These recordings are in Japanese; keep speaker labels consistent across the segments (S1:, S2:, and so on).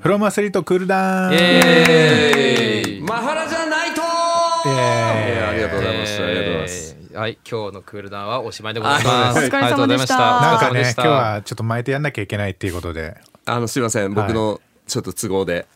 S1: フロマスリートクールダウン。
S2: えーイ
S3: マハラジャナイト
S1: イエーイ
S3: えーありがとうございます。ありがとうございます。
S2: えーはい、今日のクールダウンはおしまいでございます。
S4: はいお疲れ様でした
S2: あ
S1: な
S2: り
S1: んか
S2: がとうございま
S1: ね
S2: し、た
S1: 今日はちょっと巻いてやんなきゃいけないっていうことで、
S3: あの、すいません。僕のちょっと都合で。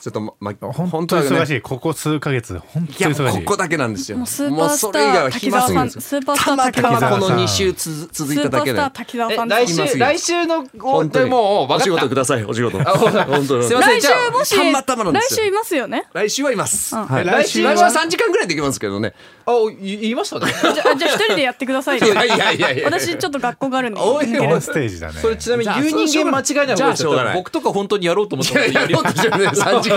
S3: ちょっとま、ま
S1: 本当に忙しい、
S3: い。
S1: ここ数ヶ月、本
S3: い
S1: 当
S3: や、
S1: に忙しい。
S3: ここだけなんですよ。
S4: もうスーパースター
S3: もうそれ以外は暇すぎるんですよ
S4: 滝沢さんスーパースター滝沢
S3: た
S4: さ
S3: ま
S4: ん
S3: たまこの2週つ続いただけ
S4: ス
S3: で
S4: ーパースター。滝沢
S2: え
S4: さん
S2: 来
S4: です
S3: 今す
S2: 週
S3: ぐ
S2: 来週の
S3: 本当に
S2: もう分
S3: お仕
S2: か
S3: 事
S2: っ
S3: ください。お仕事。
S2: ほら
S3: 本当に
S2: た。すいません、
S4: 来
S2: じ
S4: 週
S2: ゃ
S4: もした
S3: またまなんで
S4: 来
S3: すよ
S4: 週いますよね
S3: 来週はいます。
S4: うん
S3: はい
S2: 来週は
S3: 来週は3時間ぐらいできますけどね。
S2: あ、あい言いましたね。
S4: じゃあじゃあ一人でやってください
S3: い
S4: よ
S3: やいやいやいや。
S4: 私ちょっと学校があるんで
S3: おい
S1: オンステージだね。
S2: それちなみに
S3: じゃあ
S2: 言う人間間違いない方がいいです
S3: じゃあしょうがない
S2: 僕とか本当にやろうと思っても
S3: やろうとしてるね3時間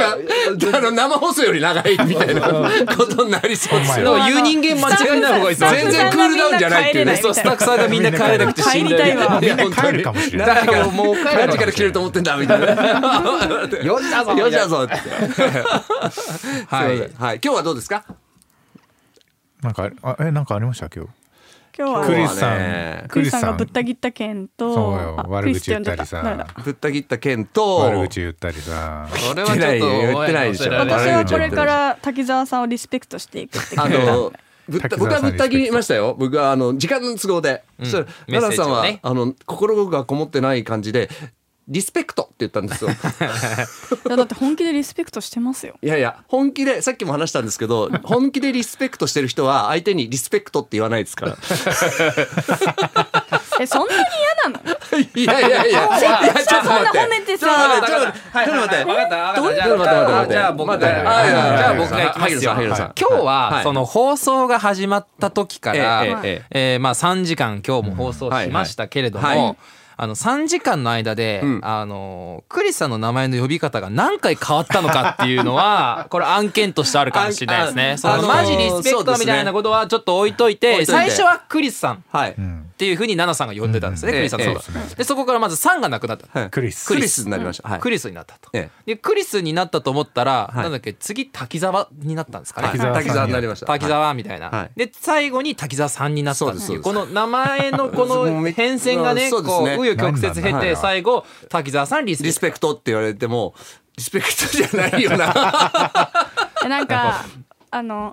S3: あの生放送より長いみたいなことになりそうです
S2: で
S3: よ
S2: も言う人間間違いない方がいいですよ
S3: 全然クールダウンじゃないっていうね
S4: スタッフ
S2: ス
S4: さん
S2: タッ
S4: が
S2: フさんがみんな帰れなくて死んだ
S4: 帰りたいわ
S1: みんな帰るかもしれない。
S3: 何時から
S2: もう帰る
S3: 何時から来れると思ってんだみたいな
S2: よしだぞ
S3: よしだぞっては
S2: はいい
S3: はい今日はどうですか
S1: なんかああえなんかありました今日。
S4: 今日
S1: ク
S4: は
S1: リスさ
S3: 今日はね
S1: ん、
S4: クリスさんがぶっ
S1: ク
S4: た切った件
S1: そう
S4: と
S1: よ
S4: あク
S1: 悪
S4: リス
S1: 口言ったり
S4: て呼んで
S1: さ
S4: た、
S3: ぶった切った件と
S1: 悪口言ったりさ、
S2: それ
S3: 言ってないよ言ってないでしょ
S4: 誰だ私はこれ
S3: 悪口言って
S4: か
S3: る
S4: ら滝沢さんをリスペクトしていくって
S3: あ
S4: 決めた
S3: のぶった
S1: 滝
S3: 僕
S1: 沢
S3: は
S1: さん
S3: ぶった切りましたよ僕はあの時間の都合で、そしたら
S2: メッセー
S3: 奈
S2: ジ
S3: 良
S2: を
S3: さんは、
S2: ね
S3: あの心がこもってない感じでリスペクトって言ったんですよ
S4: いやだって本気でリスペクトしてますよ
S3: いやいや本気でさっきも話したんです けど本気でリスペクトしてる人は相手にリスペクトって言わないですから
S4: えそんなに嫌なの
S3: いやいやいやいやちょっと待って
S4: そんな褒めてさ
S3: ちょっと待ってちょっと待って
S2: 分かった分
S3: ちょっと待って
S2: かったじゃあ
S3: 待
S2: 僕が
S3: って待って待って待ってあいやいや
S2: じゃあ僕がいきま
S3: 萩野
S2: す
S3: さ
S2: よ
S3: ん萩野さん
S2: 今日はそ
S3: の
S2: の放送が始まった時から
S3: えええ
S2: えーまあ3時間今日も放送しましたけれど
S3: うんはいはい
S2: もあの3時間の間で、
S3: ん
S2: あのクリスさんの名前の呼び方が何回変わったのかっていうの はこれ案件としてあるかもしれないです
S3: ああ
S2: ね。その
S3: あの
S2: マジリスペクトみたいなことはちょっと置いとい
S3: そう
S2: て
S3: ですね
S2: 最初はクリスさん
S3: はい
S1: うん、
S2: っていうふうに奈々さんが呼んでたんですね、
S3: うん
S2: クリスさんのこと
S3: え
S2: で,、そこからまず「さん」がなくなった、
S3: はい
S1: クリス
S3: クリスになりましたはい
S2: クリスになったと、
S3: え
S2: でクリスになったと思ったら、
S3: い
S2: なんだっけ次滝沢になったんですかね、
S3: 滝
S1: 沢さん
S3: 沢になりました
S2: 滝
S3: は
S2: 沢みたいな、
S3: はい
S2: で最後に滝沢さんになったって
S3: そう
S2: い
S3: で
S2: う
S3: すそ
S2: こ
S3: うで
S2: の名前の この変遷がね
S3: そ
S2: こ
S3: う
S2: う
S3: です
S2: 紆余
S3: ね
S2: 曲折
S1: なん
S2: 経
S1: だ
S2: て最後滝沢さんリス
S3: い
S2: ペ
S3: リ
S2: ク
S3: ス
S2: ト
S3: ペクトって言われてもリスペクトじゃない よな
S4: えなんかあの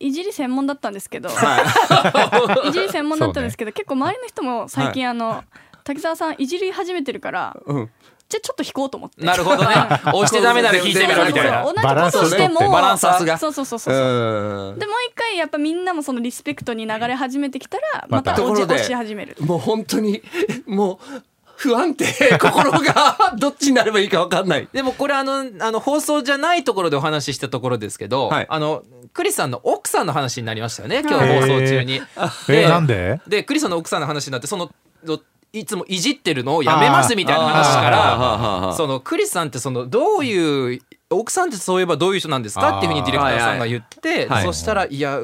S4: いじり専門だったんですけど、い、じり専門だったんですけど、結構周りの人も最近あの、滝沢さんいじり始めてるから、
S3: うん
S4: じゃあちょっと引こうと思って。
S2: なるほどね押してダメなら引いてみろみたいな
S4: そうそうそう
S1: バランス
S4: 同じことしても
S3: バランスさすが
S4: そうそうそうそうう。
S3: ん
S4: でもう一回やっぱみんなもそのリスペクトに流れ始めてきたら
S1: ま
S4: ま
S1: た
S4: た
S3: とこ
S4: 落ち
S3: ろで
S4: 落ち始める。
S3: もう本当にもう不安定 心がどっちになればいいか分かんない
S2: でもこれあのあの放送じゃないところでお話ししたところですけど、
S3: はい
S2: あのクリスさんの奥さんの話になりましたよね今日
S4: は
S2: 放
S4: い
S2: 送中 に。
S1: えなんで？
S2: でクリスさんの奥さんの話になってそのどいつもいじってるのをやめますみたいな話から
S3: ら
S2: そのクリスさんってそのどういう奥さんってそういえばどういう人なんですかっていうふうにディレクターさんが言って、
S3: はい
S2: そしたらいや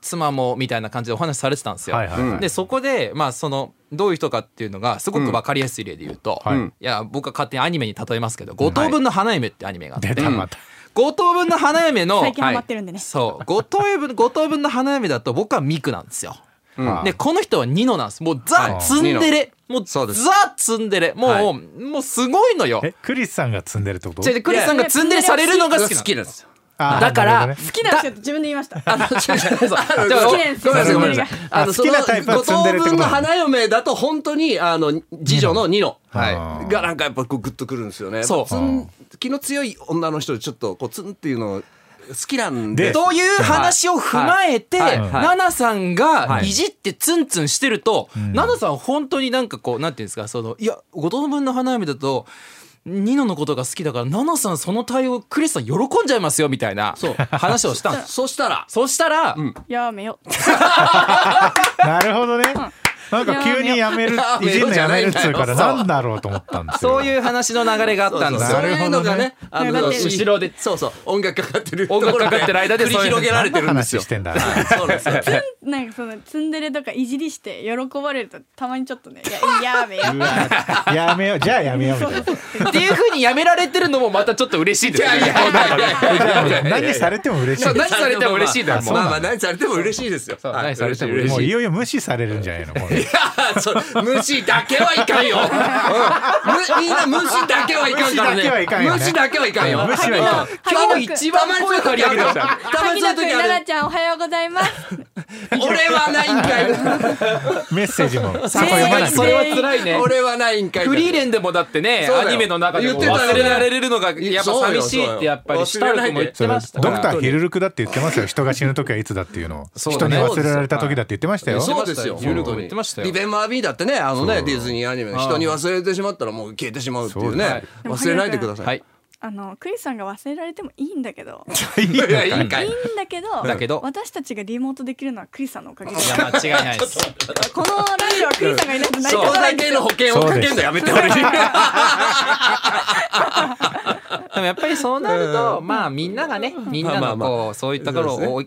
S2: 妻もみたいな感じでお話しされてたんですよ。
S1: はいはい、
S3: うん
S1: はい
S2: でそこでまあそのどういう人かっていうのがすごく分かりやすい例で言うと、
S1: はい
S2: い、や僕は勝手にアニメに例えますけど「五等分の花嫁」ってアニメがあって、
S1: 出たまた。
S2: 五等分の花嫁の
S4: 最近ハマってるんでね。
S2: そう五等分五等分の花嫁だと僕はミクなんですよ。
S1: はあ
S2: でこの人はニノなんですもうザ
S1: はい
S2: ツンデレもう
S3: そ
S2: ザ
S3: うです
S2: ツンデレもう、
S3: はい
S2: もうすごいのよ
S1: えクリスさんが積んでるってこと
S2: じゃ？あクリスさんがツンデレされるのが好きなの
S3: なんですよ
S1: あー
S2: だか
S1: な
S2: ら
S1: る
S4: 好きなんですよって自分で言いました。
S3: あの、違 う違う そうあの
S2: でも
S3: ご
S2: 好
S3: め
S2: き
S3: ん
S4: で
S3: な
S4: す
S3: さい、ごめんなさい。
S1: あ
S3: の、
S1: 好きなタイプは積んでるってこと
S3: 五等分の花嫁だと、本当に、あの、次女のニノ。
S1: はい
S3: はいが、なんか、やっぱ、こう、グッとくるんですよね。
S2: そう
S3: つん気の強い女の人、ちょっと、こう、ツンっていうの、好きなんで。
S1: で
S2: という話を踏まえて、
S3: はいはい
S2: ナナさんが
S3: はい
S2: いじってツンツンしてると、ナナさん本当になんかこうなんていうんですかそのいや五等分の花嫁だとニノのことが好きだからナナさんその対応クリスさん喜んじゃいますよみたいな
S3: そう
S2: 話をしたんです
S3: そしたら、
S2: そしたら、
S4: やめよ。
S1: ほど ねなるほどね。なんか急にやめる
S3: やめ
S1: い
S3: よう
S1: じんのやめるっつうから
S3: じゃないんだよ
S1: なんだろうと思ったんですよ。
S2: そういう話の流れがあったんですよ
S1: そ
S3: そういうのがね、あ
S4: なる
S3: の、
S4: ほどね
S2: 後ろで
S3: そうそう、音楽かかってる。
S2: 音楽かかってる間で
S3: 繰り広げられてるんですよ
S1: 何の話し。てんだ。
S3: そうなんですよ。
S4: なんかそのツンデレとかいじりして喜ばれるとたまにちょっとねいややめよ。
S1: うわやめようじゃあやめようみたいな。
S2: っていうふうにやめられてるのもまたちょっと嬉しいですね。
S1: 何されても嬉しい
S2: そう。何されても嬉しいだよもう
S3: まあまあ、何されても嬉しいですよ。
S2: そう
S3: はい
S2: 何されても
S1: も
S2: 嬉
S1: う
S2: し
S1: いよいよ無視されるんじゃないの。これ
S3: いやそ無視だけはいかんよ、うんむみんな無視だけはいかんから
S1: 無視だけはい
S3: ね
S1: かんよね
S3: 無
S1: 無視
S3: 視だけはいかんよ
S1: はいかん
S3: 今日一番声かけ上げたたま
S4: 萩
S3: に
S4: 田
S3: の
S4: 君
S3: 時
S4: 奈
S3: あ
S4: 々
S3: る
S4: ちゃんおはようございます
S3: 俺はないんかい
S1: メッセージも
S2: さすがにそれは辛いね
S3: 俺はないんか い
S2: フリーレンでもだってね
S3: そうだよ
S2: アニメの中でも
S3: 言ってたよ
S2: 忘
S3: ね
S2: れられるのがやっぱ寂しいってやっぱり
S3: そ
S2: シ
S3: うよ
S2: タ
S3: そ
S2: ルク
S3: うよ
S2: も言っ
S1: そ
S2: て
S1: れ
S2: ま
S1: ド
S2: したから
S1: クターヒルルクだって言ってますよ人が死ぬ時はいつだっていうのを
S2: そ
S1: 人
S2: うだ
S1: に
S2: ね
S1: 忘れられた時だって言ってましたよ
S3: そうですよ。
S2: 言ってましたよ言ってましたよ
S3: リベンバービーだってね、あのね、ディズニーアニメ、人に忘れてしまったらもう消えてしまうっていう
S1: そう
S3: ね。
S4: はい
S3: 忘れないでくださ。
S2: はいい
S4: あのクリスさんが忘れられてもいいんだけど
S3: いやいいか
S4: いい
S3: い。
S4: んだけど
S2: だけど
S4: 私たちがリモートできるのはクリスさんのおかげで
S2: いや間違いない です
S4: このラジオはクリスさんがいないと成り立
S3: そこ
S4: たな
S3: だ
S4: いん
S3: け
S4: です
S3: の
S4: よ
S3: 保険をかけるのやめてほしい。
S2: でもやっぱりそうなると、まあみんながね、みんな
S3: まあ
S2: の
S3: まあ
S2: こう、そういったところ
S3: そ
S2: を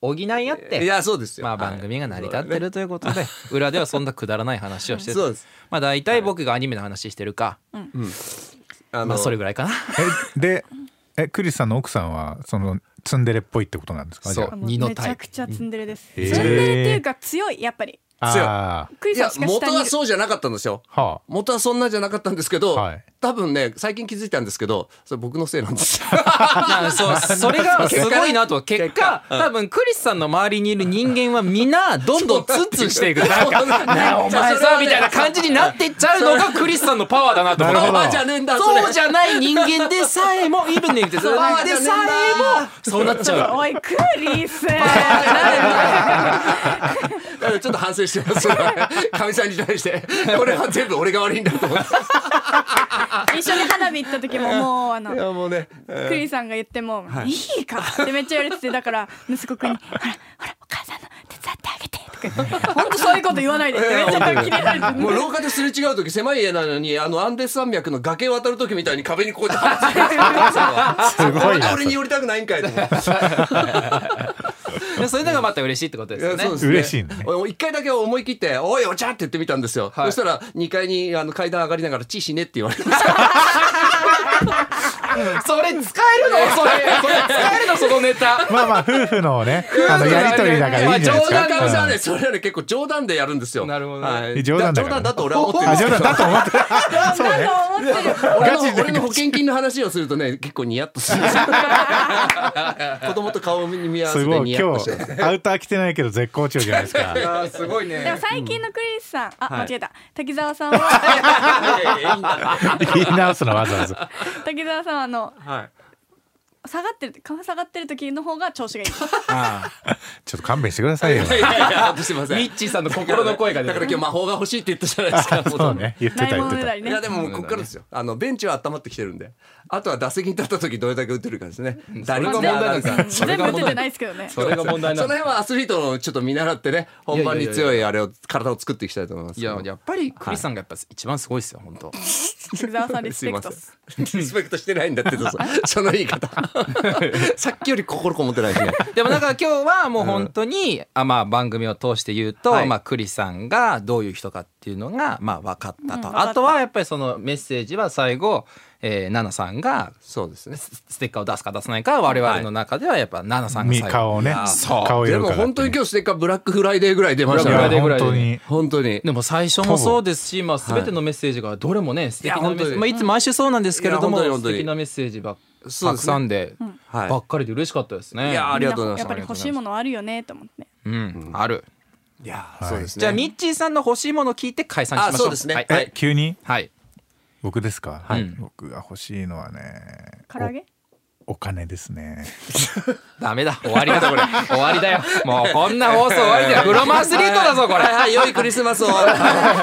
S2: おお補い合っ
S3: い
S2: て、
S3: や、そうですよ。
S2: まあ番組が成り立ってるということ で、裏ではそんなくだらない話をして
S3: そう
S2: る
S3: です。
S2: まあ大体僕がアニメの話してるか、
S3: あ
S2: まあそれぐらいかな。
S1: えでえクリスさんの奥さんはそのツンデレっぽいってことなんですかじゃ
S2: そう
S4: もう
S2: 二の
S4: め
S2: タイプ
S4: ちゃくちゃツンデレですツ
S1: へー
S4: ンデレっていうか強いやっぱり
S1: ああ
S4: クリ
S3: い
S4: スさ
S3: や
S4: ん、しか下
S3: 元
S4: にい
S3: は
S4: る
S3: そうじゃなかったんですよ。
S1: ーは
S3: 元はそんなじゃなかったんですけど
S1: はい、
S3: 多分ね、最近気づいたんですけど、それ僕のせいなんですよ。
S2: まあそう、それがすごいなと、結果、多分クリスさんの周りにいる人間はみんな、どんどんツンツンしていく。 なんか、 なあお前さ、みたいな感じになってっちゃうのがクリスさんのパワーだなと思
S1: なる
S2: っ
S1: ほ
S2: て
S1: ど。
S3: じゃねえんだ、それ
S2: そうじゃない人間でさえも、イブネイブでさえも、そうなっちゃう。
S4: おいクリス
S3: だ からちょっと反省してます。かみさんに対して、これは全部俺が悪いんだと思って。
S4: 一緒に花火行った時ももうあの
S3: や、もうね。
S4: クリさんが言っても「いいか」ってめっちゃ言われててだから息子くんに「ほらほらお母さんの手伝ってあげて」とか言って「ほんとそういうこと言わないで」ってめっちゃ切れられて
S3: もう廊下ですれ違う時狭い家なのにあのアンデス山脈の崖渡る時みたいに壁にこうやって話してるんですよ
S1: すごいな
S3: 俺に寄りたくないんかいと思って
S2: でそれのがまた嬉しいってことですよね。
S3: そうです
S1: 嬉しいね
S3: 俺も一回だけ思い切って「おいお茶!」って言ってみたんですよ、
S2: はい
S3: そしたら2階にあの階段上がりながら「チーしね」って言われました
S2: それ使えるの それそれ使えるのそのネタ。
S1: まあまあ夫婦のねあのやりとりだからいいんじゃないです
S3: 冗談かもしれ
S1: か
S3: な
S1: うん
S3: いそれはね結構冗談でやるんですよ
S2: なるほどね
S3: はい
S1: 冗談だ
S3: 冗
S1: から
S3: 談だと俺は思ってるん
S1: あ
S3: です
S1: 冗
S3: よ
S1: 談だと思って
S4: そうだと思ってる
S3: 俺の
S1: ガチで
S3: 俺の保険金の話をするとね結構ニヤッ とするんですよ子供と顔に見合わせ
S1: す
S3: て
S1: ごい
S3: ニヤッ
S1: 今
S3: としてます
S1: 日アウター着てないけど絶好調じゃないですか
S2: あすごい
S4: でも
S2: ね。
S4: 最近のクリスさんあ
S2: はい
S4: 間違えた滝沢さんは
S1: 言い直すのわざわざ
S4: 滝沢さんはあの
S2: はい。
S4: 下がってる顔下がってる時の方が調子がいい
S1: ちょっと勘弁してくださいよ
S3: いやいやいや、すいません。
S2: ミッチーさんの心の声が出
S3: だ
S2: て
S3: から
S2: る。
S3: 今日魔法が欲しいって言ったじゃないですか。
S1: そうね言ってた
S4: ない
S1: 言
S4: も
S1: っ
S4: のねだ
S1: て
S4: り
S3: い
S4: ね
S3: やでもここからですよ。あのベンチは温まってきてるんで、あとは打席に立った時どれだけ打てるかですね。打率
S2: そ
S3: も
S2: れが問題
S3: な
S2: なん
S3: ん
S2: ですよそれ
S3: から。
S4: 全
S2: が
S4: 部
S2: 問題
S4: 出てないですけどね
S2: それが問題な
S3: その
S2: んだ。
S3: 辺はアスリートのちょっと見習ってね、本番に強いあれを体を作っていきたいと思います。
S2: いややっぱりクリスさんがやっぱ一番すごいですよ本当。
S4: 滝沢さんリス
S3: すい
S4: ペ
S3: ま
S4: ク
S3: せ
S4: ト
S3: ん。リスペクトしてないんだってどうぞ その言い方。さっきより心こもってないですね。
S2: でもなんか今日はもう本当に、あまあ番組を通して言うと、
S3: はい
S2: まあクリさんがどういう人かっていうのがまあ分かったと。
S4: うん
S2: あとはやっぱりそのメッセージは最後、えー、ナナさんが
S3: そうですね。
S2: ステッカーを出すか出さないかは我々の中ではやっぱナナさんが
S1: み
S2: 最後。
S1: 顔をね
S2: そう
S1: 顔
S3: で
S1: 色
S3: も
S1: から
S3: 本当に今日ステッカーブラックフライデーぐらい出まし
S1: い
S3: た
S2: ブラックフライ
S1: や
S2: デーぐら
S3: ね。
S1: 本
S2: い
S1: 当
S2: で
S1: に
S3: 本当に。
S2: でも最初もそうですし、まあ、全てのメッセージがどれもね素敵なメッ
S3: いや
S2: セー
S3: 本当
S2: ジ、
S3: に
S2: まあ、いつも毎週そうなんですけれども
S3: いや本当
S2: 素
S3: に
S2: 敵なメッセージばっ
S3: そう
S2: た
S3: で
S2: く
S3: すね
S2: さんで、
S3: はい
S2: ばっかりで嬉しかったですね。
S3: いやありがとうございます
S4: やっぱり欲しいものあるよねと思って
S2: うん、ある
S3: いやそうですね。
S2: じゃあミッチーさんの欲しいもの聞いて解散しましょう
S3: あそうですね
S2: はい、
S3: は
S2: はい
S3: い
S1: え急に
S2: はい
S1: 僕ですか、
S2: はい
S1: うん僕が欲しいのはね
S4: 唐揚げ
S1: おお金ですね
S2: ダメだ終わりだこれ終わりだよもうこんな放送終わりだよグロマンスリートだぞこれ
S3: はいはい良いクリスマスを。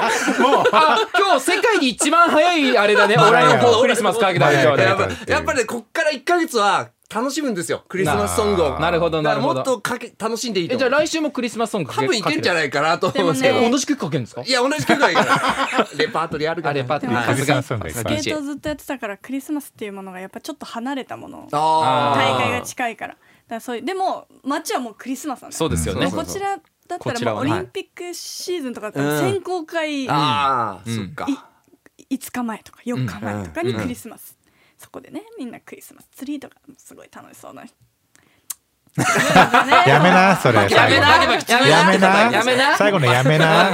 S2: あ今日世界に一番早いあれだね
S1: バラ や
S2: 俺の こうクリスマスかけたね今日
S1: バラ
S2: ね
S1: や
S3: やっぱやっぱりねこっから1か月は楽しむんですよクリスマスソングを
S1: ぱ
S2: なるほどな
S3: だか
S2: る
S3: ら
S2: ほ
S3: もっ
S2: ど
S3: とかけ楽しんでいいと
S2: えじゃあ
S3: 思う
S2: 来週もクリスマスソングか
S3: 多
S2: け
S3: 分いけんじゃ
S2: い
S3: ないかなと思うんですけ
S4: でも
S3: ど
S4: ね
S2: 同じ曲かけるんですか
S3: いや同じ曲がいいから レパートリ ーあるから
S2: あれパーティー
S4: でも
S2: さ
S1: ク
S2: すが
S1: リスマスソングがいっぱいある
S4: ゲートをずっとやってたからクリスマスっていうものがやっぱちょっと離れたもの
S3: あー
S4: 大会が近いからだからそういうでも街はもうクリスマスなんだ
S2: そうですよね
S4: もうこちらだった
S2: こちら
S4: らも
S2: は
S4: うオ
S2: ね
S4: リンピックシーズンとかだったら
S3: うん
S4: 選考会5
S3: あ
S2: うん
S3: ーそっか
S4: い日前とか4日前とかにクリスマスそこでねみんなクリスマスツリーとかすごい楽しそうな
S1: やめなそれ
S2: やめ
S1: 最
S2: な
S1: 後やめな
S2: やめなやめな
S1: 最後のやめな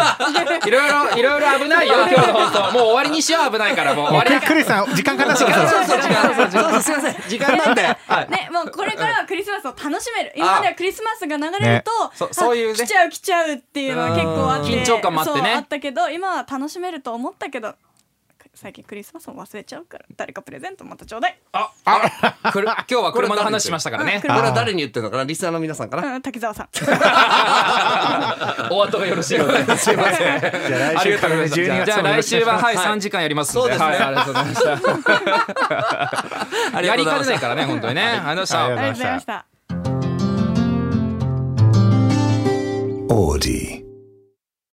S2: いろいろいろいろ危ないよ今日の放送もう終わりにしよう危ないからもう終
S1: も
S2: わ
S1: う
S2: り
S1: クリクリスさん時間かなそろそろ
S3: そうそう違うそうそうすいません
S2: 時間なんで、はい、
S4: ね、もうこれからはクリスマスを楽しめる今まではクリスマスが流れると、
S2: ねそ
S4: あ
S2: そういうね
S4: 来ちゃう来ちゃうっていうのは結構あって
S2: うん緊張感もあってね
S4: そうあったけど今は楽しめると思ったけど最近クリスマスも忘れちゃうから誰かプレゼントまたちょうだい、
S2: くる今日は車の話しましたからね
S3: これは誰に言ってるのかなリスナーの皆さんかな
S4: うん、滝沢 さん
S2: お後がよろしいようですいません
S1: じゃあ来
S2: あ
S1: 週
S2: りが
S1: か
S2: とう
S1: ら
S2: ござ
S1: ね
S2: います
S1: 12月
S2: じゃあ来週ははい
S1: い
S2: 3時間やりますんで
S3: そうですね
S2: はいありがとうございました
S3: あり
S2: やり
S3: がとうご
S2: かねな
S3: ざいました
S2: いからね本当にねありがとうございま
S1: あ
S2: した
S1: りが
S4: あり
S1: とうご
S4: がとうご
S1: ざ
S4: ざ
S1: いま
S4: いま
S1: し
S4: した
S5: Audi.
S4: た